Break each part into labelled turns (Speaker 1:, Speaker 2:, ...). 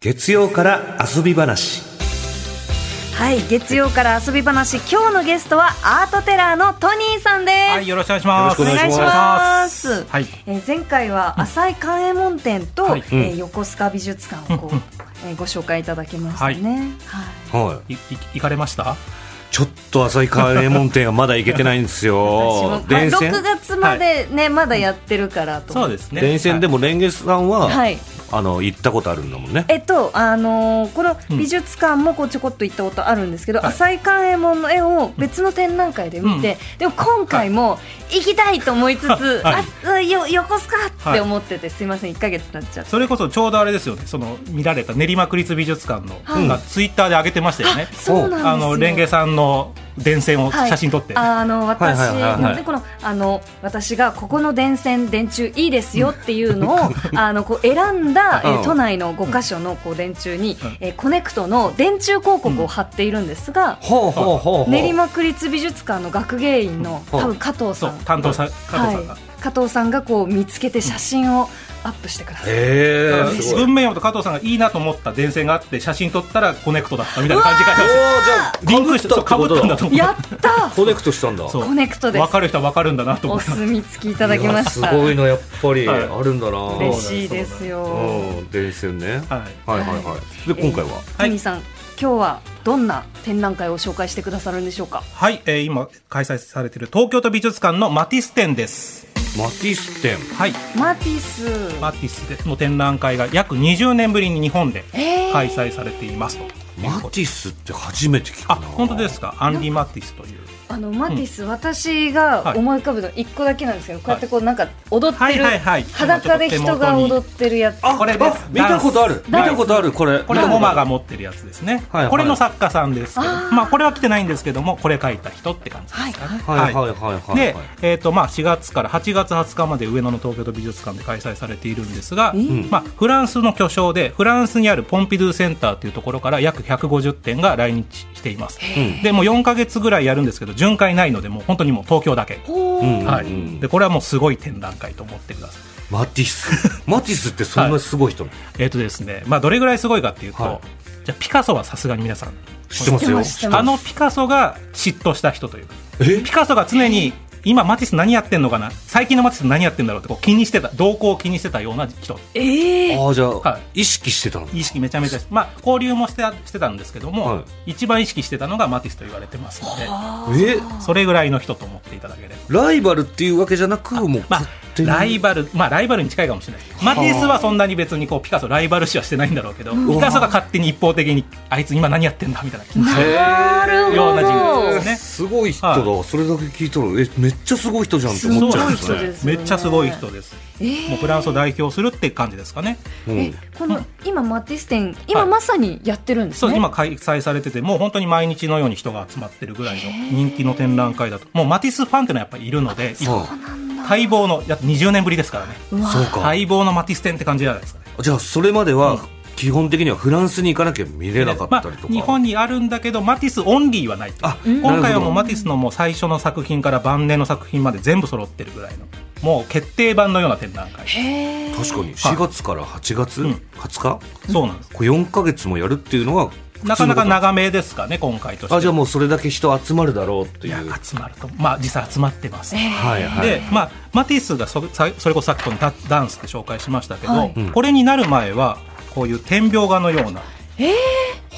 Speaker 1: 月曜から遊び話
Speaker 2: はい、月曜から遊び話、今日のゲストはアートテラーのトニーさんです。
Speaker 3: はい、よろしくお願いします。
Speaker 1: よろしくお願いし
Speaker 2: ます
Speaker 3: はい、
Speaker 2: えー前回は浅井寛右衛門店と、
Speaker 3: はい
Speaker 2: えー横須賀美術館をこう、 えーご紹介いただきましたね。はい。
Speaker 1: はい
Speaker 3: い、い行かれました。
Speaker 1: ちょっと浅いカレー門店はまだ行けてないんで す
Speaker 2: 私もま
Speaker 1: よ
Speaker 2: あ
Speaker 1: 電線
Speaker 2: 6月までね、まだやってるからと。
Speaker 3: そうですね。
Speaker 1: 電線でもレンゲさんは、
Speaker 2: はい。
Speaker 1: あの行ったことあるんだもんね
Speaker 2: えっとあのーこの
Speaker 3: うん
Speaker 2: 美術館もこうちょこっと行ったことあるんですけど、
Speaker 3: はい
Speaker 2: 浅井寛右衛門の絵を別の展覧会で見て、でも今回も行きたいと思いつつ、
Speaker 3: はい
Speaker 2: あうんよ横須賀っ
Speaker 3: は
Speaker 2: て
Speaker 3: い
Speaker 2: 思ってて、すいません1か月経っちゃって
Speaker 3: それこそちょうどあれですよね。その見られた練馬区立美術館の、
Speaker 2: はい
Speaker 3: がツイッターで上げてましたよね。
Speaker 2: そうなんですよ
Speaker 3: あのレンゲさんの電線を写真撮って。
Speaker 2: あの私、
Speaker 1: はいはいはいはい
Speaker 2: でこのあの私がここの電線電柱いいですよっていうのを あのこう選んだ、えー
Speaker 1: うん
Speaker 2: 都内の5箇所のこう電柱に、
Speaker 3: うん
Speaker 2: えーコネクトの電柱広告を貼っているんですが、
Speaker 1: ほうほうほうほう
Speaker 2: 練馬区立美術館の学芸員の
Speaker 1: うん
Speaker 2: 多分加藤
Speaker 3: そ
Speaker 2: さ、
Speaker 3: うん担当さ、加藤さんが。
Speaker 2: はい、加藤さんがこう見つけて写真をアップしてください、
Speaker 1: へ
Speaker 3: だか
Speaker 1: え
Speaker 3: ら
Speaker 1: すごいおー
Speaker 3: 文面読むと加藤さんがいいなと思った電線があって写真撮ったらコネクトだったみたいな感じが
Speaker 1: じゃあ
Speaker 3: リンクしてそう
Speaker 1: か
Speaker 3: か
Speaker 1: ぶ
Speaker 3: ぶ
Speaker 1: っ
Speaker 3: ったた
Speaker 1: ん
Speaker 3: ん
Speaker 1: だ
Speaker 3: だ
Speaker 1: と
Speaker 3: と思う
Speaker 2: やった
Speaker 1: コネクトしたんだ
Speaker 3: そう
Speaker 2: コネクトで
Speaker 3: 分
Speaker 2: す
Speaker 3: かる人は分かるんだなと思
Speaker 2: お
Speaker 3: います
Speaker 2: 墨付きいただきまし
Speaker 1: いや
Speaker 2: た
Speaker 1: すごいのやっぱり
Speaker 3: はい
Speaker 1: あるんだな
Speaker 2: 嬉しいですよ、
Speaker 1: うん電線ね
Speaker 3: はい
Speaker 1: はいはいはいで今回は
Speaker 2: トニーさん、今日はどんな展覧会を紹介してくださるんでしょうか。
Speaker 3: はい、えー今開催されている東京都美術館のマティス展です
Speaker 1: マティス展
Speaker 3: はい
Speaker 2: マティス。
Speaker 3: マティスの展覧会が約20年ぶりに日本で
Speaker 2: えー
Speaker 3: 開催されていますという
Speaker 1: マ
Speaker 3: こと
Speaker 1: ティスって初めて聞くな
Speaker 3: あ本当ですかアンリー・マティスという
Speaker 2: あのマティス、私が思い浮かぶの一個だけなんですけど、こうやってこうなんか踊って
Speaker 3: はい
Speaker 2: る、
Speaker 3: はいはい
Speaker 2: 裸で人が踊ってるやつ。
Speaker 1: あ
Speaker 3: これです
Speaker 1: あ見たことある見
Speaker 2: ダンス
Speaker 1: たことあるこれ
Speaker 3: これはモマが持ってるやつですね、
Speaker 1: はいはい
Speaker 3: これの作家さんですけど
Speaker 2: あー
Speaker 3: まあ、これは来てないんですけどもこれ描いた人って感じですかね、
Speaker 1: はいはいはいはい
Speaker 3: で、えーとまあ、4月から8月20日まで上野の東京都美術館で開催されているんですが、
Speaker 2: ん
Speaker 3: まあ、フランスの巨匠でフランスにあるポンピドゥセンターというところから約150点が来日していますでもう4か月ぐらいやるんですけど巡回ないのでもう本当にもう東京だけ、
Speaker 2: ほー
Speaker 1: うん
Speaker 3: は
Speaker 1: うんうん
Speaker 3: い、でこれはもうすごい展覧会と思ってください
Speaker 1: マティスマティスってそんなすごい人なの
Speaker 3: えっ、とですね、まあ、どれぐらいすごいかっていうと、
Speaker 1: はい
Speaker 3: じゃあピカソはさすがに皆さん
Speaker 1: 知ってます
Speaker 2: 知っ
Speaker 1: よ
Speaker 2: てます
Speaker 3: あのピカソが嫉妬した人というか
Speaker 1: え
Speaker 3: ピカソが常に今マティス何やってんのかな最近のマティス何やってんだろうってこう気にしてた動向を気にしてたような人
Speaker 2: ええー。
Speaker 1: ああじゃあ
Speaker 3: は
Speaker 1: 意識してたの
Speaker 3: 意識めちゃめちゃしまあ交流もしてたしてたんですけども、
Speaker 1: は
Speaker 3: 一番意識してたのがマティスと言われてますので
Speaker 1: え
Speaker 3: それぐらいの人と思っていただければ
Speaker 1: ライバルっていうわけじゃなくもう
Speaker 3: まあ
Speaker 1: 勝手に
Speaker 3: ライバル、まあ、ライバルに近いかもしれないマティスはそんなに別にこうピカソライバル視はしてないんだろうけど、ピカソが勝手に一方的にあいつ今何やってんだみたいな気にして
Speaker 2: なるほ
Speaker 3: るような人
Speaker 2: ど
Speaker 3: 物。です
Speaker 1: ね
Speaker 3: ね
Speaker 1: すごい人だ
Speaker 3: は
Speaker 1: それだけ聞いたらえめっちゃすごい人じゃんって思っちゃうんです
Speaker 2: すごい人で
Speaker 1: ね
Speaker 2: すよ
Speaker 3: め
Speaker 2: ね
Speaker 3: っちゃすごい人です、
Speaker 2: えー
Speaker 3: もうフランスを代表するって感じですかね、
Speaker 1: うん
Speaker 2: え、この今マティス展、今まさにやってるんです
Speaker 3: そ
Speaker 2: ね。
Speaker 3: う今開催されててもう本当に毎日のように人が集まってるぐらいの人気の展覧会だともうマティスファンっていうのはやっぱりいるので
Speaker 1: そう
Speaker 3: 待望のやっぱ20年ぶりですからね
Speaker 2: うわ
Speaker 1: そうか
Speaker 3: 待望のマティス展って感じじゃないですかね
Speaker 1: じゃあそれまでは基本的にはフランスに行かなきゃ見れなかったりとか
Speaker 3: まあ、日本にあるんだけどマティスオンリーはないと
Speaker 1: あ
Speaker 3: 今
Speaker 1: なる
Speaker 3: 回
Speaker 1: ほど
Speaker 3: はもうマティスのもう最初の作品から晩年の作品まで全部揃ってるぐらいのもう決定版のような展覧会
Speaker 2: へえ。
Speaker 1: 確かに4月から8月
Speaker 3: うん
Speaker 1: 20日
Speaker 3: そうなんです
Speaker 1: これ4か月もやるっていうのが普
Speaker 3: なかなか
Speaker 1: 通のこと
Speaker 3: 長めですかね今回として
Speaker 1: あじゃあもうそれだけ人集まるだろうって
Speaker 3: い
Speaker 1: い
Speaker 3: や
Speaker 1: う
Speaker 3: 集まるとまあ実際集まってます、
Speaker 1: はいはい
Speaker 3: で、まあ、マティスがそさそれこそさっきこのダダンスで紹介しましたけど、
Speaker 2: はい
Speaker 3: これになる前はこういう点描画のような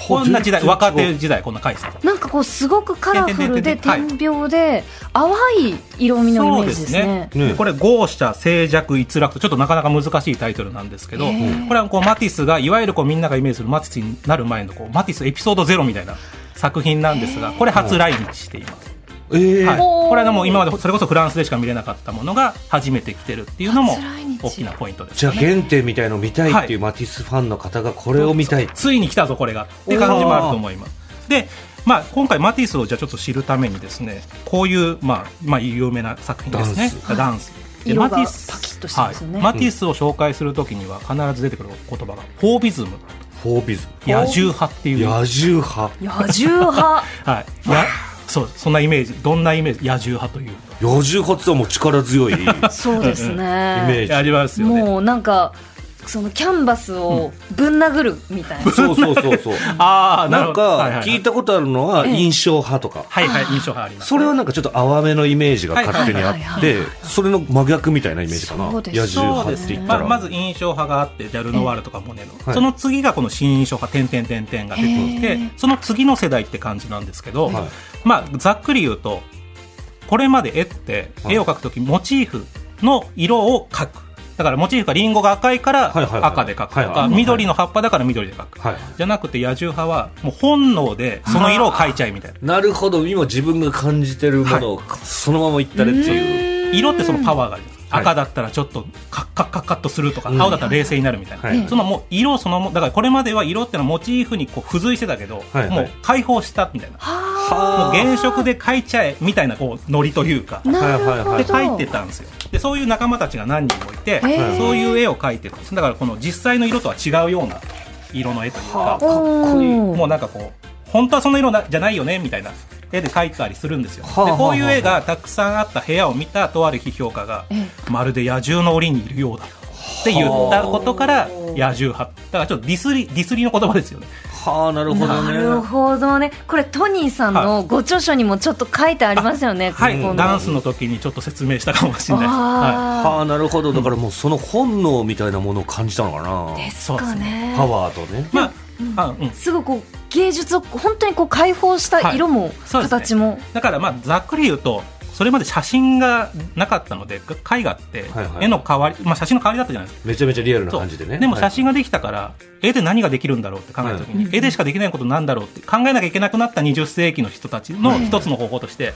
Speaker 3: こんな時
Speaker 1: 全然
Speaker 3: 代
Speaker 1: 違う
Speaker 3: 若手時代こんな回数
Speaker 2: なんかこうすごくカラフルで
Speaker 3: てんてんてん
Speaker 2: 点描で淡い色味のイメージですね。
Speaker 1: ね
Speaker 3: でこれ「豪奢静寂逸落」とちょっとなかなか難しいタイトルなんですけど、
Speaker 2: へー
Speaker 3: これはこうマティスがいわゆるこうみんながイメージするマティスになる前のこうマティスエピソードゼロみたいな作品なんですがこれ初来日しています、
Speaker 1: ええ
Speaker 3: はい、
Speaker 2: おー
Speaker 3: これはもう今までそれこそフランスでしか見れなかったものが初めて来てるっていうのも
Speaker 2: 初来日
Speaker 3: 大きなポイントです
Speaker 1: じゃあ原点みたいの見たいっていうマティスファンの方がこれを見たい
Speaker 3: ついに来たぞこれがって感じもあると思いますで、まあ、今回マティスをじゃあちょっと知るためにですねこういう、まあ、まあ有名な作品ですね
Speaker 1: ダン
Speaker 3: ダンスで
Speaker 2: 色が
Speaker 3: マティス
Speaker 2: パキッとしてますよね
Speaker 3: はいマティスを紹介するときには必ず出てくる言葉がフォービズム
Speaker 1: フォービズム
Speaker 3: 野獣派っていう、はい、
Speaker 1: 野獣派
Speaker 2: 野獣派。
Speaker 3: やそうそんなイメージどんなイメージ野獣派という
Speaker 1: 野獣派って言ったらもう力強いイメ
Speaker 2: そうですね。
Speaker 1: ージ
Speaker 3: ありますよね
Speaker 2: もうなんかそのキャンバスをぶん殴るみたいな、
Speaker 1: そうそうそうそう
Speaker 3: ああなる
Speaker 1: なん
Speaker 3: ほどはい
Speaker 1: か
Speaker 3: はい
Speaker 1: 聞いたことあるのは印象派とか
Speaker 3: はいはい印象派あります
Speaker 1: それはなんかちょっと淡めのイメージが勝手にあ
Speaker 2: はいはい
Speaker 1: っ
Speaker 2: はい
Speaker 1: てそれの真逆みたいなイメージかな
Speaker 2: そう
Speaker 1: 野
Speaker 2: です
Speaker 1: 獣
Speaker 3: そう
Speaker 1: 派
Speaker 3: で
Speaker 1: っ
Speaker 3: す
Speaker 1: て
Speaker 3: ね
Speaker 1: 言った
Speaker 3: ま
Speaker 1: ら
Speaker 3: まず印象派があってジャルノワールとかモネの、
Speaker 1: はい
Speaker 3: その次がこの新印象派点点点点が出てき
Speaker 2: へ
Speaker 3: て
Speaker 2: ー
Speaker 3: その次の世代って感じなんですけど、
Speaker 1: はい
Speaker 3: まあざっくり言うとこれまで絵って
Speaker 1: はい
Speaker 3: 絵を描くときモチーフの色を描くだからモチーフがリンゴが赤いから
Speaker 1: はいはいはい
Speaker 3: 赤で描くと
Speaker 1: はいはいは
Speaker 3: か
Speaker 1: い
Speaker 3: 緑の葉っぱだから緑で描く
Speaker 1: はい
Speaker 3: じゃなくて野獣派はもう本能でその色を描いちゃいみたいな
Speaker 1: なるほど今自分が感じてるものをそのまま言ったれっていう
Speaker 3: 色ってそのパワーがあります、
Speaker 1: はい
Speaker 3: 赤だったらちょっとカッカッカッカッとするとか、
Speaker 1: うん
Speaker 3: 青だったら冷静になるみたいな、
Speaker 1: はい
Speaker 3: そのもう色そのもだからこれまでは色ってのはモチーフにこう付随してたけど、
Speaker 1: はいはい
Speaker 3: もう解放したみたいなもう
Speaker 1: は
Speaker 3: 原色で描いちゃえみたいなこうノリというか
Speaker 2: なるほど、
Speaker 1: はいはいはい
Speaker 3: で描いてたんですよでそういう仲間たちが何人もいて、
Speaker 2: へー
Speaker 3: そういう絵を描いてるんですだからこの実際の色とは違うような色の絵というか
Speaker 1: はっこいい
Speaker 2: おー
Speaker 3: もうなんかこう本当はその色なじゃないよねみたいな絵で描いたりするんですよ、
Speaker 1: はあ
Speaker 3: でこういう
Speaker 1: はあはあ
Speaker 3: 絵がたくさんあった部屋を見たとある批評家が、
Speaker 2: え
Speaker 3: まるで野獣の檻にいるようだって言ったことから野獣派だからちょっとディスりディスりの言葉ですよね
Speaker 1: はあなるほど
Speaker 2: なる
Speaker 1: ね
Speaker 2: ほどねこれトニーさんのご著書にもちょっと書いてありますよね
Speaker 3: はい、
Speaker 2: ここの
Speaker 3: ダンスの時にちょっと説明したかもしれないです、は
Speaker 1: は
Speaker 2: あ
Speaker 1: あなるほどだからもうその本能みたいなものを感じたのかない
Speaker 2: です
Speaker 3: そうで
Speaker 2: か
Speaker 3: す
Speaker 2: ね
Speaker 1: パワーとね
Speaker 3: い、まああうん
Speaker 2: すごくこう芸術を本当にこう解放した色も、
Speaker 3: そうですね
Speaker 2: 形も
Speaker 3: だからまあざっくり言うとそれまで写真がなかったので絵画って
Speaker 1: はいはい
Speaker 3: 絵の代わり、まあ、写真の代わりだったじゃないですか
Speaker 1: めちゃめちゃリアルな
Speaker 3: そう
Speaker 1: 感じでね
Speaker 3: でも写真ができたから、絵で何ができるんだろうって考えた時に、絵でしかできないことなんだろうって考えなきゃいけなくなった20世紀の人たちの一つの方法として、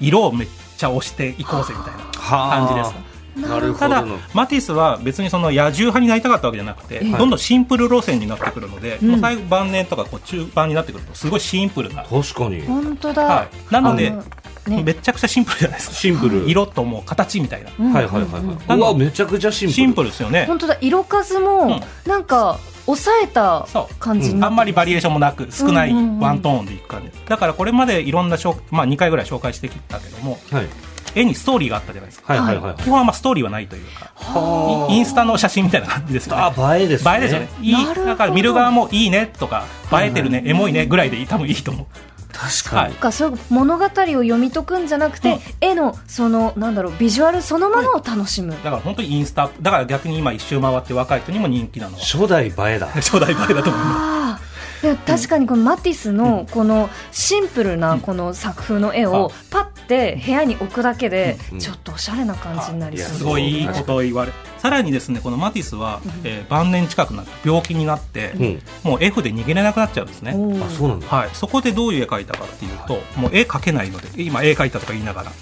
Speaker 3: 色をめっちゃ押していこうぜみたいな感じです。
Speaker 1: すなるほ
Speaker 3: た
Speaker 1: ど
Speaker 3: だ
Speaker 1: な
Speaker 3: マティスは別にその野獣派になりたかったわけじゃなくて、どんどんシンプル路線になってくるので、もう最後晩年とかこう中盤になってくるとすごいシンプルな、
Speaker 1: 確かに
Speaker 2: 本当だ、
Speaker 3: はい、なので
Speaker 2: あのね
Speaker 3: めちゃくちゃシンプルじゃないですか
Speaker 1: シンプル
Speaker 3: 色ともう形みたいな
Speaker 2: うん
Speaker 1: はいはいはいは
Speaker 3: う
Speaker 1: い
Speaker 3: ん
Speaker 1: うわめちゃくちゃシンプル
Speaker 3: シンプルですよね
Speaker 2: 本当だ色数もなんか抑えた
Speaker 3: そう
Speaker 2: 感じにな
Speaker 3: あ
Speaker 2: って
Speaker 3: んまりバリエーションもなく少ない
Speaker 2: うんうんうん
Speaker 3: ワントーンでいく感じ、だからこれまでいろんな紹、まあ、2回ぐらい紹介してきたけども
Speaker 1: はい
Speaker 3: 絵にストーリーがあったじゃないですか、
Speaker 1: はいはいはい
Speaker 3: 基本はまあストーリーはないというか
Speaker 1: はあ
Speaker 3: インスタの写真みたいな感じですよね
Speaker 1: あ映えですね
Speaker 3: 映えですよねいい
Speaker 2: なるほど
Speaker 3: だから見る側もいいねとか映えてるね、エモいねぐらいで多分いいと思う
Speaker 1: 確
Speaker 3: は
Speaker 1: か
Speaker 3: い
Speaker 1: に
Speaker 2: なんかそういう物語を読み解くんじゃなくて、絵のそのなんだろうビジュアルそのものを楽しむ、
Speaker 3: だから本当にインスタだから逆に今一周回って若い人にも人気なのは
Speaker 1: 初代映え だ
Speaker 3: 初代映えだと思います
Speaker 2: ああでも確かにこのマティスのこのシンプルなこの作風の絵をパッて部屋に置くだけで
Speaker 1: うん
Speaker 2: ちょっとおしゃれな感じになりそう
Speaker 1: や
Speaker 3: す
Speaker 2: す
Speaker 3: ごいいいことを言われさらにですねこのマティスは、えー晩年近くなって病気になって、
Speaker 1: うん
Speaker 3: もう F で逃げれなくなっちゃうんですね、
Speaker 2: おー
Speaker 1: あそうなんだ
Speaker 3: はい、そこでどういう絵描いたかっていうと、もう絵描けないので今絵描いたとか言いながら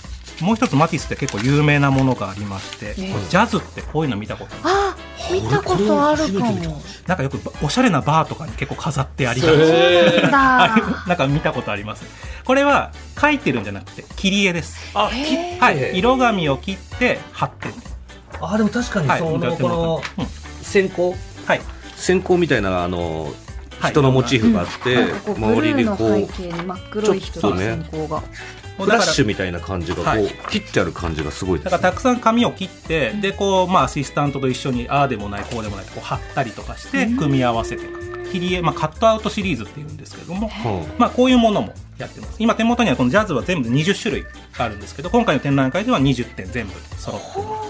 Speaker 3: もう一つマティスって結構有名なものがありまして、
Speaker 2: ええ
Speaker 3: ジャズってこういうの見たこと
Speaker 2: あ見たことあるか
Speaker 1: 俺これ初めて見た
Speaker 2: も
Speaker 3: なんかよくばおしゃれなバーとかに結構飾ってありがち
Speaker 2: なんだ
Speaker 3: なんか見たことありますこれは描いてるんじゃなくて切り絵です
Speaker 1: あ
Speaker 2: へー
Speaker 1: 切って
Speaker 3: はい色紙を切って貼ってる
Speaker 1: あでも確かに
Speaker 3: はい
Speaker 1: そのこの
Speaker 3: うん
Speaker 1: 線香
Speaker 3: はい
Speaker 1: 線香みたいなあの
Speaker 3: はい
Speaker 1: 人のモチーフがあっ
Speaker 2: なん
Speaker 1: て
Speaker 2: かこうブ
Speaker 1: 周
Speaker 2: ル
Speaker 1: り
Speaker 2: ー
Speaker 1: に
Speaker 2: の
Speaker 1: こ
Speaker 2: 背
Speaker 1: う
Speaker 2: 景に真っ黒い人
Speaker 1: ちょっ
Speaker 2: の
Speaker 1: とね
Speaker 2: 線香が、
Speaker 1: フラッシ
Speaker 3: ュ
Speaker 1: ュみたいな感じが
Speaker 3: は
Speaker 1: こ
Speaker 3: いう
Speaker 1: 切ってある感じがすごいで
Speaker 3: だ
Speaker 1: す
Speaker 3: から
Speaker 1: ね
Speaker 3: たくさん紙を切ってでこう、まあ、アシスタントと一緒にああでもないこうでもないこう貼ったりとかして組み合わせていく切り絵、まあ、カットアウトシリーズっていうんですけども、
Speaker 1: うん
Speaker 3: まあ、こういうものもやってます今手元にはこのジャズは全部で20種類あるんですけど今回の展覧会では20点全部揃ってます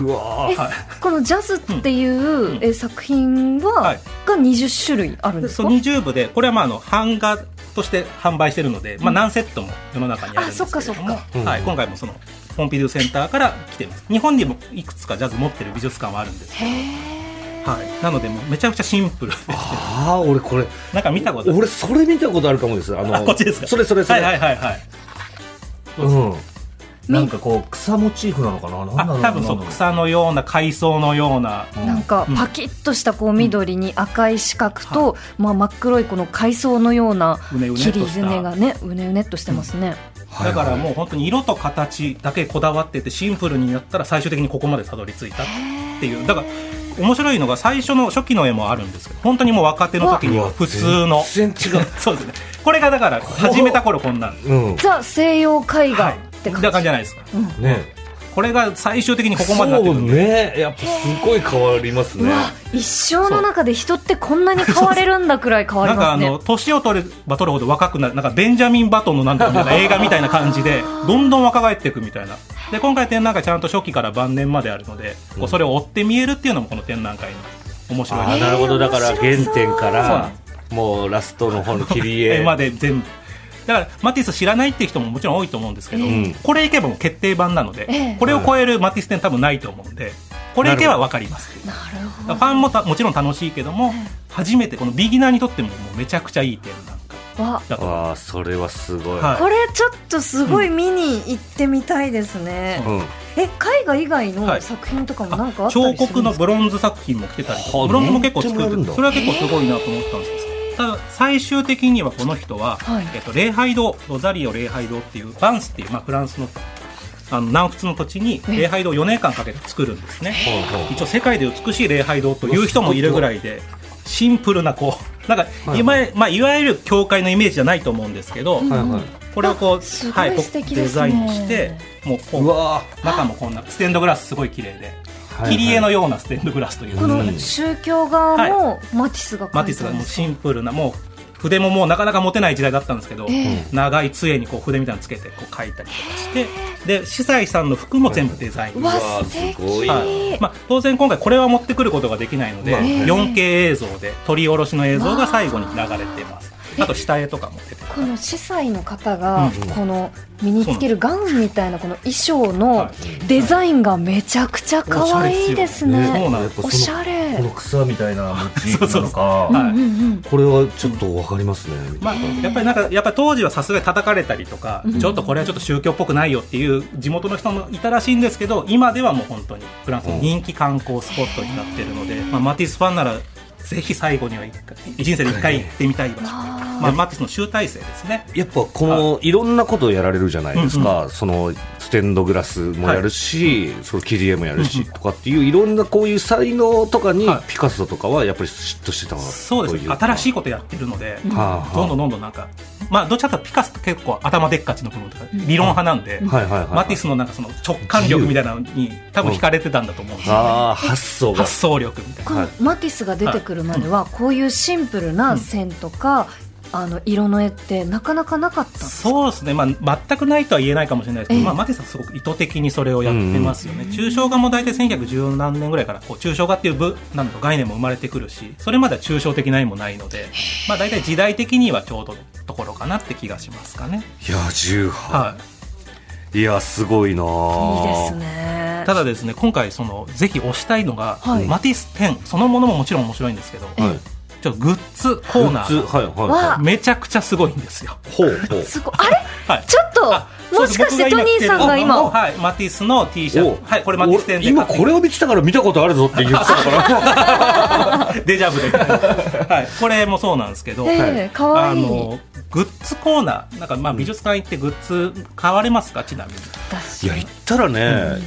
Speaker 1: うわ
Speaker 2: え
Speaker 1: ー
Speaker 2: このジャズっていう、
Speaker 3: ん
Speaker 2: え作品は、
Speaker 3: はい
Speaker 2: が20種類あるんで
Speaker 3: で
Speaker 2: す
Speaker 3: そ
Speaker 2: か
Speaker 3: う20部でこれはまああの版画として販売してるので、まあ、何セットも世の中にあるんですけれども
Speaker 2: あそっか
Speaker 1: そっか
Speaker 3: はい、今回もそのポンピドゥセンターから来てます日本にもいくつかジャズ持ってる美術館はあるんですけ
Speaker 2: へ
Speaker 3: ど、
Speaker 2: え
Speaker 3: はい、なのでもうめちゃくちゃシンプル
Speaker 1: ああ俺これ
Speaker 3: なんか見たことある
Speaker 1: 俺それ見たことあるかもですあ
Speaker 3: あ
Speaker 1: の
Speaker 3: こっちですか
Speaker 1: それそれそ
Speaker 3: はいは
Speaker 1: れ
Speaker 3: いはいはい
Speaker 1: うん
Speaker 2: み
Speaker 1: なんかこう草モチーフなのかななんだろ
Speaker 3: あ
Speaker 1: う
Speaker 3: 多分そ
Speaker 1: な
Speaker 3: うん
Speaker 1: だろ
Speaker 3: 草のような海藻のような
Speaker 1: うん
Speaker 2: なんか
Speaker 3: うん
Speaker 2: パキッとしたこう緑に赤い四角と、まあ、真っ黒いこの海藻のような
Speaker 3: うねうね
Speaker 2: 切
Speaker 3: と
Speaker 2: り
Speaker 3: した
Speaker 2: 船がねうねうねっとしてますね、
Speaker 1: はい
Speaker 3: だからもう本当に色と形だけこだわっててシンプルになったら最終的にここまでたどり着いたっていうだから面白いのが最初の初期の絵もあるんですけど本当にもう若手の時には普通の そう
Speaker 1: 全然違う
Speaker 3: ですねこれがだから始めた頃こんなん
Speaker 1: うん
Speaker 2: ザ西洋絵画
Speaker 3: は
Speaker 2: っ
Speaker 3: い
Speaker 2: て
Speaker 3: こ
Speaker 2: 感
Speaker 3: ん
Speaker 2: じ、
Speaker 3: な感じじゃないですか
Speaker 1: ね
Speaker 3: これが最終的にここまでなってく
Speaker 1: そう
Speaker 3: る
Speaker 1: ん
Speaker 3: で
Speaker 1: ねやっぱすごい変わります
Speaker 2: う
Speaker 1: ね
Speaker 2: わ一生の中で人ってこんなに変われるんだくらい変わ
Speaker 3: な
Speaker 2: り
Speaker 3: んか
Speaker 2: ま
Speaker 3: あ
Speaker 2: すね
Speaker 3: の年を取れば取るほど若くなるなんかベンジャミン・バトンのなんかみたいな映画みたいな感じでどんどん若返っていくみたいなで今回展覧会ちゃんと初期から晩年まであるので、こうそれを追って見えるっていうのもこの展覧会の面白い
Speaker 1: あ
Speaker 2: え
Speaker 1: ー
Speaker 2: ー
Speaker 1: なるほどだから
Speaker 2: 面白
Speaker 1: 原
Speaker 2: そう
Speaker 1: 点か
Speaker 3: そうな
Speaker 1: ら
Speaker 3: んで
Speaker 1: もうラストの方の切り
Speaker 3: 絵
Speaker 1: 絵
Speaker 3: まで全部だからマティス知らないっていう人ももちろん多いと思うんですけど、
Speaker 2: え
Speaker 1: え
Speaker 3: これいけばもう決定版なので、
Speaker 2: ええ
Speaker 3: これを超えるマティス展多分ないと思うんでこれいけば分かります
Speaker 2: なるほ
Speaker 3: ファンもたもちろん楽しいけども初めてこのビギナーにとってももうめちゃくちゃいい展覧会
Speaker 2: どわ
Speaker 3: だと思う
Speaker 1: ああそれはすごい、
Speaker 3: はい
Speaker 2: これちょっとすごい見に行ってみたいですね、
Speaker 1: うん、
Speaker 2: え海外以外
Speaker 3: は
Speaker 2: の
Speaker 3: い
Speaker 2: 作品とかもなんかあ
Speaker 3: あ
Speaker 2: ったりする
Speaker 3: 彫
Speaker 2: んです
Speaker 3: 刻のブロンズ作品も来てたりと
Speaker 1: はあ
Speaker 3: かブロンズも結構作
Speaker 1: めっちゃやるん
Speaker 3: っ
Speaker 1: だ
Speaker 3: てそれは結構すごいなと思ったんですけどただ最終的にはこの人は、
Speaker 2: はい
Speaker 3: えっと、礼拝堂ロザリオ礼拝堂っていうバンスっていう、まあ、フランスのあの南仏の土地に礼拝堂4年間かけて作るんですね
Speaker 1: ほうほう
Speaker 3: 一応世界で美しい礼拝堂という人もいるぐらいでシンプルなこうなんか今、まあ、いわゆる教会のイメージじゃないと思うんですけど、
Speaker 1: はいはい
Speaker 3: これをこう
Speaker 2: すご
Speaker 3: はいいこ
Speaker 2: 素
Speaker 3: う
Speaker 2: 敵
Speaker 3: デ
Speaker 2: ですね
Speaker 3: ザインしてもうこう
Speaker 1: うわ
Speaker 3: 中もこんなステンドグラスすごい綺麗で
Speaker 1: はいはい
Speaker 3: 切り絵のようなステンドグラスという
Speaker 2: こ
Speaker 3: か
Speaker 2: の宗教側もマティスが
Speaker 3: マ
Speaker 2: 描
Speaker 3: ティ
Speaker 2: い
Speaker 3: ス
Speaker 2: た
Speaker 3: が
Speaker 2: ん
Speaker 3: も
Speaker 2: で
Speaker 3: う
Speaker 2: すか、
Speaker 3: シンプルなもう筆ももうなかなか持てない時代だったんですけど
Speaker 2: ええ
Speaker 3: 長い杖にこう筆みたいなのつけてこう描いたりとかしてで司祭さんの服も全部デザイン
Speaker 2: うわ
Speaker 1: うわ
Speaker 2: 素敵
Speaker 1: すごい
Speaker 3: はいまあ、当然今回これは持ってくることができないので、
Speaker 1: まあね
Speaker 3: 4K 映像で撮り下ろしの映像が最後に流れていますあと下絵とかも出て
Speaker 2: この司祭の方が
Speaker 3: うん
Speaker 1: うん
Speaker 2: この身につけるガウンみたいなこの衣装の
Speaker 3: はい
Speaker 2: デザインがめちゃくちゃ可愛いです
Speaker 3: おしゃれですよね
Speaker 2: ね
Speaker 3: そうな
Speaker 1: や
Speaker 3: んで
Speaker 1: っ
Speaker 3: す
Speaker 1: ぱ
Speaker 2: おし
Speaker 1: そ
Speaker 2: ゃ
Speaker 1: の
Speaker 2: れ
Speaker 1: この草みたいな モチーフなのか
Speaker 3: そうそう
Speaker 2: うんうん
Speaker 1: これはちょっとわかりますね、
Speaker 3: まあ、やっぱりなんかやっぱり当時はさすがに叩かれたりとか、
Speaker 2: うん
Speaker 3: ちょっとこれはちょっと宗教っぽくないよっていう地元の人もいたらしいんですけど今ではもう本当にフランスの人気観光スポットになってるので、まあ、マティスファンならぜひ最後には一回人生で一回行ってみたい場所、
Speaker 2: あー
Speaker 3: まあ、マティスの集大成ですね。
Speaker 1: やっぱこのいろんなことをやられるじゃないですか、そのステンドグラスもやるし、その切り絵もやるしとかっていういろんなこういう才能とかに
Speaker 3: はい
Speaker 1: ピカソとかはやっぱり嫉妬してた
Speaker 3: そうですね新しい
Speaker 1: い
Speaker 3: ことやってるので、
Speaker 1: うかはあ
Speaker 3: どん
Speaker 1: は
Speaker 3: どんどんどんなんか、まあ、どっちかというとピカソって結構頭でっかちの部分とか理論派なんで、
Speaker 1: あはいはいはいはい
Speaker 3: マティスのなんかその直感力みたいなのに多分惹かれてたんだと思うんですよね、
Speaker 1: ああ発想が
Speaker 3: 発想力みたい
Speaker 2: こ
Speaker 3: な。
Speaker 2: のマティスが出てくるまではこういうシンプルな線とかあの色の絵ってなかなかなかったんですか
Speaker 3: そうですね、まあ、全くないとは言えないかもしれないですけど、
Speaker 2: ええ
Speaker 3: まあ、マティスはすごく意図的にそれをやってますよね、抽象画も大体1910何年ぐらいからこう抽象画っていう部なんだろう概念も生まれてくるしそれまでは抽象的な意味もないので、まあ、大体時代的にはちょうどところかなって気がしますかね。
Speaker 1: いや重派、
Speaker 3: はい
Speaker 1: い、やすごいな
Speaker 2: いい
Speaker 1: あ
Speaker 2: ですね
Speaker 3: ただですね今回そのぜひ推したいのが、
Speaker 2: はい
Speaker 3: マティス10そのものももちろん面白いんですけど、ちょ
Speaker 1: はい
Speaker 3: っとグッズコーナ
Speaker 1: 普通
Speaker 3: ー
Speaker 1: はいはい
Speaker 2: わ
Speaker 1: は
Speaker 3: めちゃくちゃすごいんですよ。
Speaker 1: いほうほう
Speaker 2: すごいあれ
Speaker 3: はい
Speaker 2: ちょっと
Speaker 3: あ
Speaker 2: もしかしてトニーさんが
Speaker 3: そ
Speaker 2: 今
Speaker 3: うです僕が着てるはい、マティスの T シャツ、はい、これマティス店
Speaker 1: お
Speaker 3: で
Speaker 1: 今これを見てたから見たことあるぞって言ってたから
Speaker 3: デジャブで、はい、これもそうなんですけど、
Speaker 2: ええかわ
Speaker 3: あ
Speaker 2: いい
Speaker 3: のグッズコーナーなんかまあ美術館行ってグッズ買われますかちなみに
Speaker 1: いや言ったらね、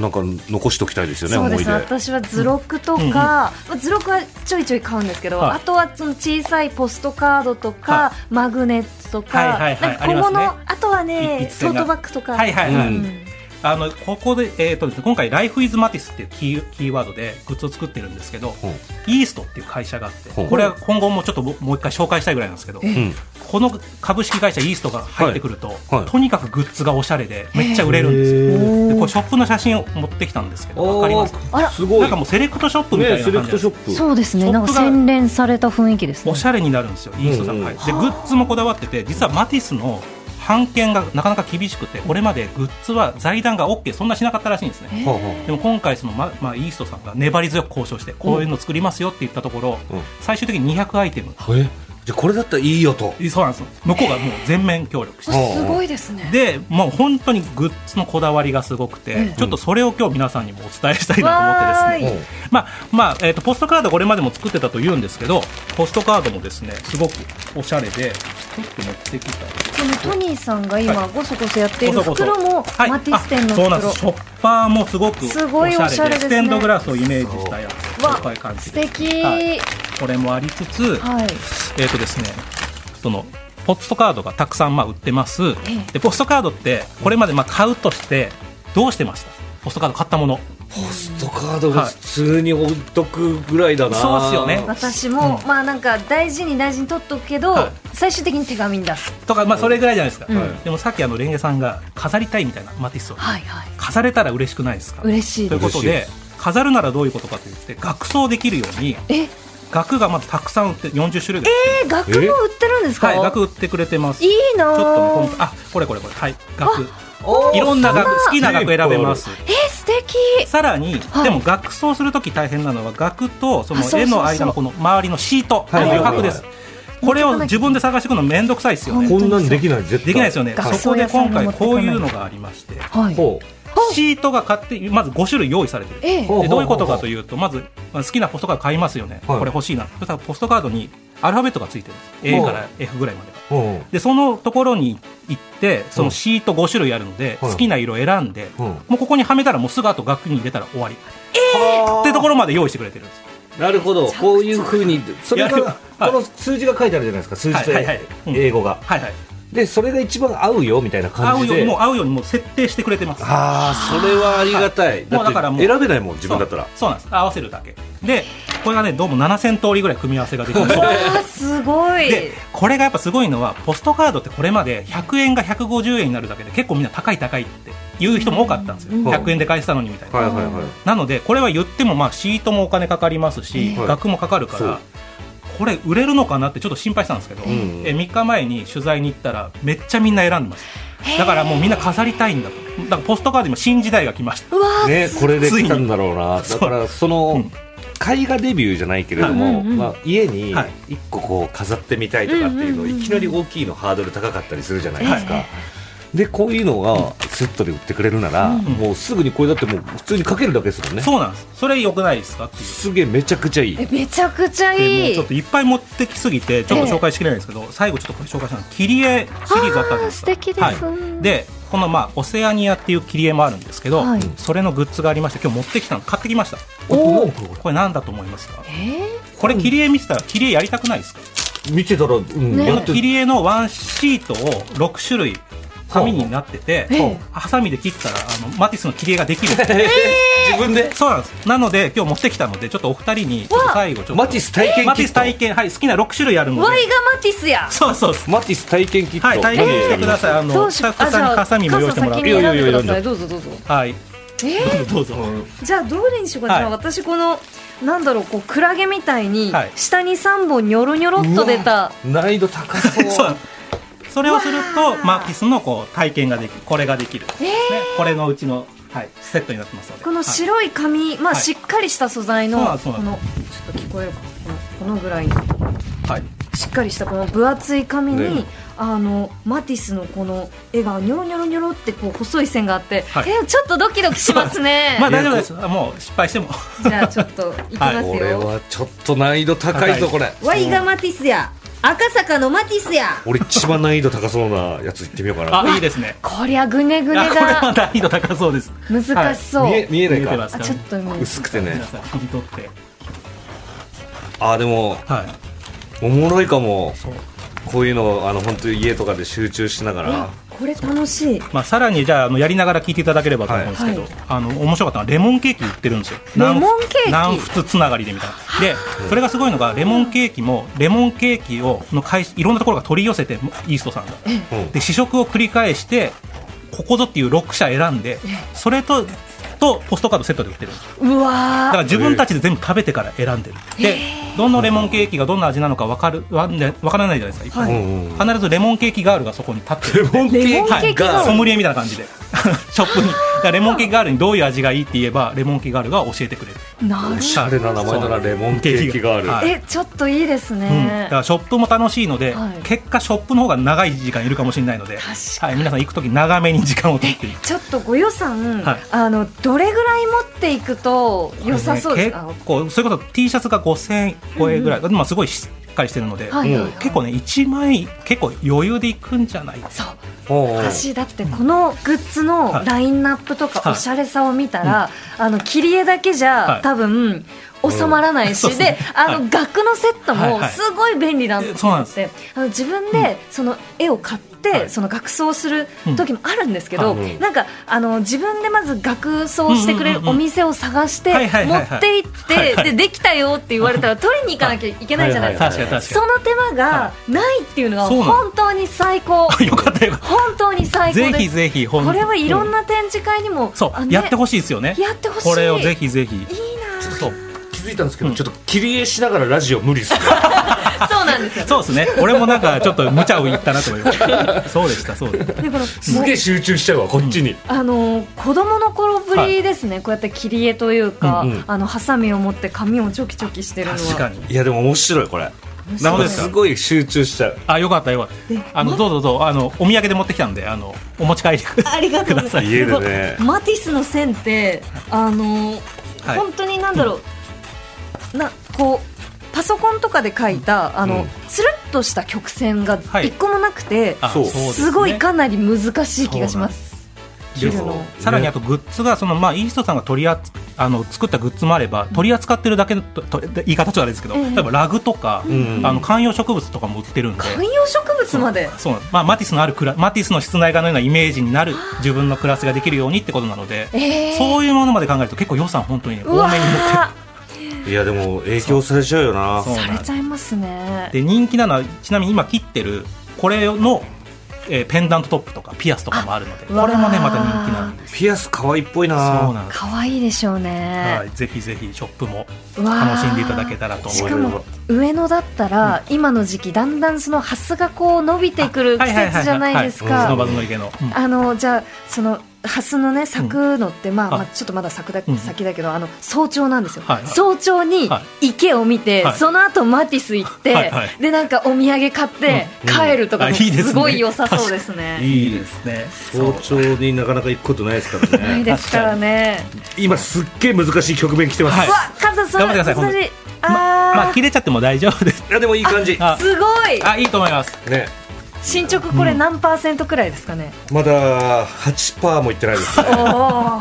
Speaker 1: なんか残しときたいですよね
Speaker 2: そうで
Speaker 1: 思い
Speaker 2: す
Speaker 1: 出
Speaker 2: ね私は図録とか、まあ図録はちょいちょい買うんですけど、
Speaker 3: はい
Speaker 2: あとはその小さいポストカードとか、
Speaker 3: は
Speaker 2: マグネットとか,、
Speaker 3: はいはいはい
Speaker 2: なんか小物あ,、
Speaker 3: あります
Speaker 2: とはいね
Speaker 3: 一
Speaker 2: ト
Speaker 3: 線
Speaker 2: ー
Speaker 3: が
Speaker 2: トバッグとか、
Speaker 3: はいはいはい、
Speaker 1: う
Speaker 2: うんん
Speaker 3: あのここで,、えーとですね今回「Life is Matisse」っていうキーキーワードでグッズを作ってるんですけど、
Speaker 1: ほう
Speaker 3: イーストっていう会社があって
Speaker 1: ほう
Speaker 3: これは今後もちょっとももう一回紹介したいぐらいなんですけど
Speaker 2: え
Speaker 1: うん
Speaker 3: この株式会社イーストが入ってくると、
Speaker 1: はい
Speaker 3: とにかくグッズがおしゃれでめっちゃ売れるんですよ、
Speaker 2: へー
Speaker 3: でこれショップの写真を持ってきたんですけどわかりますか
Speaker 2: あら
Speaker 1: すごい
Speaker 3: なんかもうセレクトショップみたいな
Speaker 1: ねセ
Speaker 3: 感じ
Speaker 1: レ
Speaker 3: なん
Speaker 1: クト
Speaker 3: です
Speaker 1: シ
Speaker 3: よ
Speaker 1: ョップ
Speaker 2: そうですねなんか
Speaker 3: ショップが
Speaker 2: 洗練された雰囲気ですね
Speaker 3: おしゃれになるんですよ、イーストさんが入って、でグッズもこだわってて、実はマティスの版権がなかなか厳しくて、これまでグッズは財団が OK、そんなしなかったらしいんですね。
Speaker 1: はあは
Speaker 3: でも今回その、ままあ、イーストさんが粘り強く交渉して、こういうの作りますよって言ったところ、
Speaker 1: うん
Speaker 3: 最終的に200アイテム、
Speaker 1: あえじゃあこれだったらいいよと
Speaker 3: そうなんですよ向こうがもう全面協力して。
Speaker 2: すごいですね
Speaker 3: でもう本当にグッズのこだわりがすごくて、
Speaker 2: うん
Speaker 3: ちょっとそれを今日皆さんにもお伝えしたいなと思ってですね、
Speaker 2: わーい
Speaker 1: うん
Speaker 3: まあまあえー、とポストカードこれまでも作ってたと言うんですけどポストカードもですねすごくおしゃれでちょっと持ってきた
Speaker 2: そのトニーさんが今ごそごそやっている
Speaker 3: こそこそ
Speaker 2: 袋も、
Speaker 3: はい
Speaker 2: マティス店の
Speaker 3: あそうなん
Speaker 2: 袋
Speaker 3: ですショッパーもすごくおし
Speaker 2: す
Speaker 3: ゃ
Speaker 2: ご
Speaker 3: れ
Speaker 2: い
Speaker 3: で
Speaker 2: おしゃれですね
Speaker 3: ステンドグラスをイメージしたやつ
Speaker 2: わ
Speaker 3: こういう感じ
Speaker 2: 素
Speaker 3: で
Speaker 2: 敵
Speaker 3: はい
Speaker 2: はい、
Speaker 3: これもありつつ、えっ、とですねそのポストカードがたくさんまあ売ってます
Speaker 2: ええ
Speaker 3: でポストカードってこれまでまあ買うとしてどうしてましたポストカード買ったもの
Speaker 1: ポストカードが普通に置いとくぐらいだな、
Speaker 3: はいそうっすよね
Speaker 2: 私も、
Speaker 3: う
Speaker 2: まあなんか大事に大事に取っとくけど、
Speaker 3: はい
Speaker 2: 最終的に手紙に出す
Speaker 3: とか、まあ、それぐらいじゃないですか、
Speaker 2: うん
Speaker 3: でもさっきあのレンゲさんが飾りたいみたいなマティスを
Speaker 2: はいはい
Speaker 3: 飾れたら嬉しくないですかとい
Speaker 2: 嬉しいう
Speaker 3: こと
Speaker 1: 嬉
Speaker 3: で飾るならどういうことかといって額装できるように
Speaker 2: ええ
Speaker 3: 額がまずたくさん売って40種類ぐらい、
Speaker 2: 額も売ってるんですか、
Speaker 3: はい、額売ってくれてます
Speaker 2: いいな
Speaker 3: ちょ
Speaker 2: あ
Speaker 3: っとね今回あこれこれこれはい額
Speaker 1: おー
Speaker 3: いろんな額好きな額選べます
Speaker 2: え素敵
Speaker 3: さらに、
Speaker 2: はい
Speaker 3: でも額装するとき大変なのは額とその
Speaker 2: あそうそうそう
Speaker 3: 絵の間のこの周りのシートこ
Speaker 1: は
Speaker 3: の
Speaker 1: い
Speaker 3: 余白です、
Speaker 1: は
Speaker 3: これを自分で探していくのめんどくさいですよね
Speaker 1: こんなんできない絶対
Speaker 3: できないですよね
Speaker 2: 学装
Speaker 3: そこで今回
Speaker 2: 屋さんに
Speaker 3: こ
Speaker 2: 持
Speaker 3: う
Speaker 2: ってかない
Speaker 3: いうのがありまして
Speaker 2: はい
Speaker 1: ほう
Speaker 3: シートが買ってまず5種類用意されてる
Speaker 2: ええ
Speaker 1: ほう
Speaker 3: でどういうことかというとまずまあ好きなポストカード買いますよね、
Speaker 1: はい
Speaker 3: これ欲しいなそしたらポストカードにアルファベットがついてるんです
Speaker 1: ほ
Speaker 3: A
Speaker 1: う
Speaker 3: から F ぐらいまで
Speaker 1: ほ
Speaker 3: でそのところに行ってそのシート5種類あるので、
Speaker 1: はい
Speaker 3: 好きな色選んで、
Speaker 1: ううん
Speaker 3: もうここにはめたらもうすぐあと額に入れたら終わりっ
Speaker 1: はあ
Speaker 3: てところまで用意してくれてるんです
Speaker 1: なるほどこういうふうにそれ
Speaker 3: いや
Speaker 1: が
Speaker 3: はい
Speaker 1: この数字が書いてあるじゃないですか数字と
Speaker 3: はいはいはいうん
Speaker 1: 英語が
Speaker 3: はいはい
Speaker 1: でそれが一番合うよみたいな
Speaker 3: 合
Speaker 1: 感
Speaker 3: う
Speaker 1: じ
Speaker 3: ように
Speaker 1: で
Speaker 3: もう合うようにもう設定してくれてます
Speaker 1: ああそれはありがたい
Speaker 3: もうだからもう
Speaker 1: って選べないもん自分だったら
Speaker 3: そうそうなんです合わせるだけでこれがねどうも7000通りぐらい組み合わせができる
Speaker 2: わあすごい
Speaker 3: でこれがやっぱすごいのはポストカードってこれまで100円が150円になるだけで結構みんな高い高いって言う人も多かったんですよ
Speaker 1: うん
Speaker 3: 100円で返したのにみたいな、
Speaker 1: はいはいはい
Speaker 3: なのでこれは言ってもまあシートもお金かかりますし、
Speaker 1: はい
Speaker 3: 額もかかるか
Speaker 1: そう
Speaker 3: らこれ売れるのかなってちょっと心配したんですけど、
Speaker 1: ん
Speaker 3: え3日前に取材に行ったらめっちゃみんな選んでましただからもうみんな飾りたいんだとだからポストカード今新時代が来ました
Speaker 2: うわあ
Speaker 1: ね、これで来たんだろうな、
Speaker 3: つい
Speaker 1: だ
Speaker 3: に
Speaker 1: からそ
Speaker 3: うん
Speaker 1: の絵画デビューじゃないけれども、
Speaker 2: はい
Speaker 1: まあ、家に
Speaker 3: はい
Speaker 1: 一個こう飾ってみたいとかっていうの、
Speaker 2: うんうんうんうん
Speaker 1: いきなり大きいのハードル高かったりするじゃないですか。でこういうのがセットで売ってくれるなら、もうすぐにこれだってもう普通にかけるだけですもんね
Speaker 3: そうなんですそれ良くないですかっていう
Speaker 1: すげえめちゃくちゃいい
Speaker 2: えめちゃくちゃ
Speaker 3: でも
Speaker 2: いうい
Speaker 3: ちょっといっぱい持ってきすぎてちょっと紹介しきれないんですけど、最後ちょっとこれ紹介したの切り絵シリーズあったじゃないですか
Speaker 2: あー素敵です
Speaker 3: はい、でこのまあオセアニアっていう切り絵もあるんですけど、
Speaker 2: はい
Speaker 3: それのグッズがありまして今日持ってきたの買ってきました
Speaker 1: おお
Speaker 3: これ何だと思いますか
Speaker 2: えー
Speaker 3: これ切り絵見てたら切り絵やりたくないですか、
Speaker 1: 見てたら、うん
Speaker 2: ね
Speaker 1: や
Speaker 3: この
Speaker 1: って
Speaker 3: 切り絵のワンシートを6種類紙になってて、
Speaker 2: ええ
Speaker 3: ハサミで切ったらあのマティスの切り絵ができる
Speaker 1: 自分で
Speaker 3: そうなんですなので今日持ってきたのでちょっとお二人にちょっと最後ちょっと
Speaker 1: マティス体験キット
Speaker 3: マティス体験はい好きな6種類あるので
Speaker 2: ワイがマティスや
Speaker 3: そうそうそう
Speaker 1: マティス体験キット、
Speaker 3: はい、体験してください。あ
Speaker 2: ど
Speaker 3: の、
Speaker 2: う
Speaker 3: ス
Speaker 2: し
Speaker 3: タッ
Speaker 2: よう
Speaker 3: フさんにハサミも用意してもらっ
Speaker 2: あじ
Speaker 3: て。
Speaker 2: ゃあ
Speaker 1: い
Speaker 2: カズさん先に選んでく
Speaker 1: やいやいやいや
Speaker 2: ださいどうぞどうぞ
Speaker 3: はい、
Speaker 2: え
Speaker 3: どうぞ。
Speaker 2: ー、じゃあどれにしようか、
Speaker 3: はい
Speaker 2: じゃあ私このなんだろうこうクラゲみたいに、
Speaker 3: はい
Speaker 2: 下に3本ニョロニョロっと出た
Speaker 1: 難易度高そう
Speaker 3: そう。それをすると、マーキスのこう体験ができる、これができる。ですねこれのうちの、はい、セットになってますので。
Speaker 2: この白い紙、まあ
Speaker 3: はい
Speaker 2: しっかりした素材の、
Speaker 3: そうな
Speaker 2: こ
Speaker 3: んですそうなん
Speaker 2: のちょっと聞こえるかこのこのぐらいの
Speaker 3: はい。
Speaker 2: しっかりしたこの分厚い紙に、
Speaker 1: ね
Speaker 2: あのマティスのこの絵がニョロニョロニョロってこう細い線があって、
Speaker 3: はい
Speaker 2: えーちょっとドキドキしますね
Speaker 3: まあ、大丈夫です。もう失敗しても。
Speaker 2: じゃあちょっといきます
Speaker 1: これ
Speaker 2: よ、
Speaker 1: はちょっと難易度高いぞこれ
Speaker 2: ワイがマティスや赤坂のマティスや
Speaker 1: 俺一番難易度高そうなやつ行ってみようかな
Speaker 3: あ、いいですね。
Speaker 2: こりゃぐねぐ
Speaker 3: あ、
Speaker 2: ね
Speaker 3: これは
Speaker 2: だ
Speaker 3: 難易度高そうです。
Speaker 2: 難しそう、
Speaker 1: 見え見えない
Speaker 3: 見えて
Speaker 1: か
Speaker 3: ます
Speaker 2: あちょっと今
Speaker 1: 薄くてね
Speaker 3: 皆さん、切り取って。
Speaker 1: あでも
Speaker 3: はい。
Speaker 1: おもろいかも
Speaker 3: そう。
Speaker 1: こういうのあの本当に家とかで集中しながら
Speaker 2: えこれ楽しい
Speaker 3: まあ、さらにじゃああのやりながら聞いていただければと思うんですけど、
Speaker 2: はい
Speaker 3: あの面白かったのはレモンケーキ売ってるんですよ
Speaker 2: レモンケーキ
Speaker 3: 南仏つながりでみたいなでそれがすごいのがレモンケーキもレモンケーキをの会いろんなところが取り寄せてイーストさんが
Speaker 1: うん
Speaker 3: で試食を繰り返してここぞっていう6社選んでそれととポストカードセットで売ってるんです
Speaker 2: う
Speaker 3: だから
Speaker 2: わ
Speaker 3: 自分たちで全部食べてから選んでるでどのレモンケーキがどんな味なのか分かるわんでわからないじゃないですか、
Speaker 2: は
Speaker 1: う
Speaker 2: い
Speaker 1: んうん
Speaker 3: 必ずレモンケーキガールがそこに立ってる
Speaker 1: レモンケ
Speaker 2: レモン
Speaker 1: ー
Speaker 3: は
Speaker 1: キ
Speaker 3: い、
Speaker 2: ケーキガール
Speaker 1: が
Speaker 3: ソムリエみたいな感じで ショップにだからレモンケーキガールにどういう味がいいって言えばレモンケーキガールが教えてくれる
Speaker 2: ーなる
Speaker 1: おしゃれな名前だな
Speaker 3: そう
Speaker 1: レモンケーキがある
Speaker 3: は
Speaker 2: えちょっといいですね、
Speaker 3: うん、だからショップも楽しいので、
Speaker 2: はい
Speaker 3: 結果ショップの方が長い時間いるかもしれないので、
Speaker 2: 確か
Speaker 3: はい、皆さん行く時長めに時間を取っていく
Speaker 2: ちょっとご予算、
Speaker 3: はい
Speaker 2: あのどれぐらい持っていくと良さそうです
Speaker 3: こ
Speaker 2: か
Speaker 3: れね、結構それこそ T シャツが5000円超えぐらい、まあ、すごいしっかりしてるので、
Speaker 2: はいはいはい
Speaker 3: 結構ね1枚結構余裕でいくんじゃない
Speaker 2: そう
Speaker 1: おうおう
Speaker 2: 私だってこのグッズのラインナップと
Speaker 3: は
Speaker 2: か
Speaker 3: い
Speaker 2: おしゃれさを見たら、あの切り絵だけじ
Speaker 3: はい
Speaker 2: ゃ多分収まらないし、
Speaker 3: うん
Speaker 2: であ
Speaker 3: はい
Speaker 2: の額のセット
Speaker 3: はい
Speaker 2: も
Speaker 3: はい
Speaker 2: すごい便利だなと思って、
Speaker 3: そうなんで
Speaker 2: あの自分でその絵を買ってってその額装する時もあるんですけど、
Speaker 1: うんはい
Speaker 2: なんかあの自分でまず額装してくれるお店を探して
Speaker 3: うんうん
Speaker 2: 持
Speaker 3: うんはいはいはいは
Speaker 2: っ
Speaker 3: い
Speaker 2: て行っ
Speaker 3: はいは
Speaker 2: てでできたよって言われ たら取りに行かなきゃいけないじゃないですか。
Speaker 3: 確かに確
Speaker 2: そ
Speaker 3: か
Speaker 2: の手間がないっていうのが
Speaker 3: そうなの
Speaker 2: 本当に最高。
Speaker 3: に よかったよかっ
Speaker 2: 本当に
Speaker 3: た
Speaker 2: 最
Speaker 3: ぜ
Speaker 2: 高
Speaker 3: ひ
Speaker 2: です。
Speaker 3: ぜひほん
Speaker 2: これはいろんな展示会にも、
Speaker 3: そう
Speaker 2: あね
Speaker 3: やってほしいですよね
Speaker 2: やってほしい。
Speaker 3: これをぜひぜひ
Speaker 2: いいな
Speaker 3: そう
Speaker 1: 気づいたんですけど、ちょっと切り絵しながらラジオ無理 っすね
Speaker 2: あ。そうなんですよ。
Speaker 3: そうですね俺もなんかちょっと無茶を言ったなと思いました そうでしたそうでした
Speaker 2: だから
Speaker 1: すげえ集中しちゃうわこっちに、
Speaker 2: あのー子供の頃ぶりですね、こうやって切り絵というか、
Speaker 1: うんうん
Speaker 2: あのハサミを持って髪をチョキチョキしてるのは
Speaker 3: 確かに
Speaker 1: いやでも面白いこれ
Speaker 2: 面白
Speaker 3: なる
Speaker 2: い
Speaker 3: ほどですす
Speaker 1: ごい集中しちゃう
Speaker 3: あよかったよかったあのどうぞどうぞあのお土産で持ってきたんであのお持ち帰りくださ
Speaker 2: ありがとうございます
Speaker 1: 家でね
Speaker 2: マティスの線ってあのー
Speaker 3: はい
Speaker 2: 本当になんだろう、なこうパソコンとかで描いたあの、
Speaker 1: うん
Speaker 2: つるっとした曲線が
Speaker 3: はい
Speaker 2: 一個もなくて、
Speaker 3: あ
Speaker 1: そう
Speaker 3: でね
Speaker 2: すごいかなり難しい気がします。
Speaker 1: そうなんです
Speaker 2: 見るの
Speaker 3: さらにあとグッズがその、まあ、イーストさんが取りああの作ったグッズもあれば取り扱ってるだけのとと言い方ちょっとあれですけど、
Speaker 2: ええ
Speaker 3: 例えばラグとか、
Speaker 1: ん
Speaker 3: あの観葉植物とかも売ってるんで。
Speaker 2: 観葉植物まで
Speaker 3: そうなんですまあ、マティスのあるクラマティスの室内画のようなイメージになる自分のクラスができるようにってことなので、
Speaker 2: えー
Speaker 3: そういうものまで考えると結構予算本当にね多
Speaker 2: うわ
Speaker 3: めに持って
Speaker 2: ー
Speaker 1: いやでも影響されちゃうよな
Speaker 3: そう
Speaker 2: されちゃいますね。
Speaker 3: で人気なのはちなみに今切ってるこれの、えーペンダントトップとかピアスとかもあるのでこ
Speaker 2: うわー
Speaker 3: れもねまた人気なんです
Speaker 1: ピアス可愛いっぽいな
Speaker 3: そうなんです、
Speaker 2: 可愛いでしょうね。
Speaker 3: はい、ぜひぜひショップも
Speaker 2: わー
Speaker 3: 楽しんでいただけたらと思い
Speaker 2: し
Speaker 3: ま
Speaker 2: か
Speaker 3: す
Speaker 2: も上野だったら、今の時期だんだんそのハスがこう伸びてくる季節じゃないです
Speaker 1: はいはいは
Speaker 2: か
Speaker 1: いはいうん
Speaker 3: スノバズの池の、うん
Speaker 2: あのじゃあそのハスのね咲くのって、まあ、まあ
Speaker 3: あ
Speaker 2: ちょっとまだ咲くだ
Speaker 3: うん
Speaker 2: 先だけどあの早朝なんですよ、
Speaker 3: はいはい
Speaker 2: 早朝に
Speaker 3: は
Speaker 2: 池を見て、
Speaker 3: はい
Speaker 2: その後マティス行って、
Speaker 3: はいはい
Speaker 2: でなんかお土産買って、
Speaker 1: うん
Speaker 2: 帰るとかも
Speaker 3: あいいですね
Speaker 2: すごい良さそうですね。
Speaker 1: いい
Speaker 3: いい
Speaker 1: で
Speaker 3: ですすね
Speaker 1: 早朝になかなか行くことないですから
Speaker 2: ない
Speaker 1: ね
Speaker 2: ですからね。
Speaker 1: 今すっげえ難しい局面来てます、
Speaker 3: は
Speaker 1: はいい、
Speaker 2: うわカズさんそれ
Speaker 3: 頑張ってください
Speaker 2: 難しい。あー、
Speaker 3: まあ切れちゃっても大丈夫です
Speaker 1: やでもいい感じ
Speaker 3: あ
Speaker 2: すごい
Speaker 3: あいいと思います
Speaker 1: ね
Speaker 2: 進捗これ何パーセントくらいです かね。
Speaker 1: まだ8%もいってないですね
Speaker 2: おお。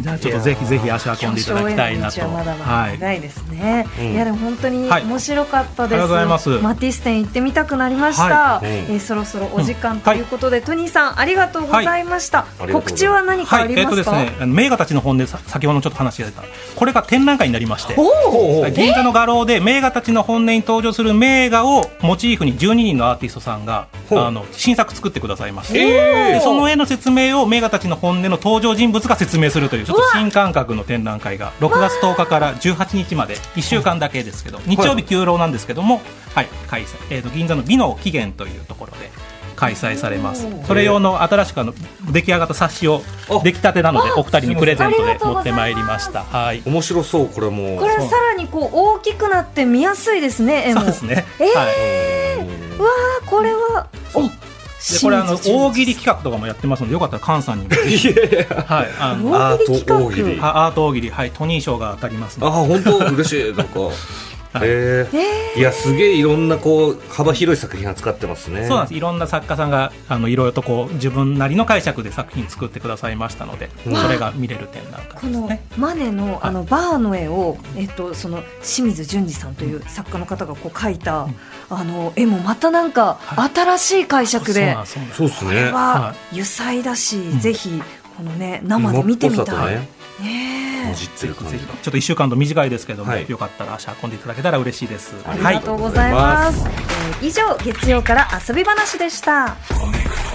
Speaker 3: じゃあちょっとぜひぜひ足を運んでいただきたいなと
Speaker 2: 表彰への道はまだまだ
Speaker 3: はい
Speaker 2: 長いですね、
Speaker 1: うん
Speaker 2: いやでも本当に
Speaker 3: はい
Speaker 2: 面白かったです、
Speaker 3: ありがとうございます
Speaker 2: マティス展行ってみたくなりました、
Speaker 3: はい
Speaker 2: えー
Speaker 1: うん
Speaker 2: そろそろお時間
Speaker 3: うん
Speaker 2: ということで、トニーさんありがとうございました、
Speaker 1: ありがとうございま
Speaker 2: 告
Speaker 1: す
Speaker 2: 知は何か
Speaker 3: は
Speaker 2: あ
Speaker 3: い
Speaker 2: り
Speaker 3: えっ
Speaker 2: ます
Speaker 3: とです
Speaker 2: か、
Speaker 3: ねあの名画たちの本でさ先ほどもちょっと話してたこれが展覧会になりまして
Speaker 1: おー
Speaker 3: 銀座の画廊で名画たちの本音に登場する名画をモチーフに12人のアーティストさんが
Speaker 1: ほう
Speaker 3: あの新作作ってくださいまして、
Speaker 1: え
Speaker 3: でその絵の説明を名画たちの本音の登場人物が説明するというちょっと新感覚の展覧会が6月10日から18日まで1週間だけですけど日曜日休廊なんですけども、はい開催えー、と銀座の美の起源というところで開催されます
Speaker 2: おー
Speaker 3: それ用の新しくあの出来上がった冊子を
Speaker 1: あ
Speaker 3: 出来たてなのでお二人にプレゼント
Speaker 2: あり
Speaker 3: で
Speaker 2: がとう
Speaker 3: 持
Speaker 2: ご
Speaker 3: っ
Speaker 2: ざい
Speaker 3: て
Speaker 2: ます
Speaker 3: まいりましたはい
Speaker 1: 面白そうこれも
Speaker 2: これさらにこう大きくなって見やすいですね絵も
Speaker 3: そうですね、
Speaker 2: えー
Speaker 3: はいう
Speaker 2: わーこれはお
Speaker 3: でこれあ
Speaker 2: 清
Speaker 3: の
Speaker 2: 水純
Speaker 3: 大喜利企画とかもやってますのでよかったら菅さんにも、はい、あの
Speaker 1: ア
Speaker 2: 大喜利
Speaker 1: ー
Speaker 2: 企画
Speaker 1: ト大喜利あ
Speaker 3: あアート大喜利、はい、トニー賞が当たりますので
Speaker 1: 本当嬉しいなんか
Speaker 3: はい
Speaker 1: えー
Speaker 2: え
Speaker 1: いやすげえいろんなこう幅広い作品扱ってますね
Speaker 3: そうなんですいろんな作家さんがあのいろいろとこう自分なりの解釈で作品作ってくださいましたので、
Speaker 1: うん
Speaker 3: それが見れる点なんか
Speaker 2: こ
Speaker 3: です
Speaker 2: の
Speaker 3: ね。
Speaker 2: マネのあのバーの絵を、えっと、その清水淳二さんという作家の方がこう描いた、あの絵もまたなんか新しい解釈
Speaker 3: そう
Speaker 2: で、
Speaker 3: なんですそうなんです
Speaker 1: そうですね
Speaker 2: は
Speaker 3: は
Speaker 2: 油彩だし、
Speaker 3: ん
Speaker 2: ぜひこのね生で見てみた
Speaker 1: 今っぽさと
Speaker 2: い。
Speaker 1: ね
Speaker 2: ね
Speaker 1: 混
Speaker 2: え
Speaker 1: じってる感
Speaker 3: ぜ
Speaker 1: じ
Speaker 3: ひ
Speaker 1: が
Speaker 3: ちょっと1週間と短いですけども、
Speaker 1: はい
Speaker 3: よかったら足運んでいただけたら嬉しいです。
Speaker 1: あ
Speaker 2: ありがとうございます、えー以上月曜から遊び話でした。
Speaker 4: コネクト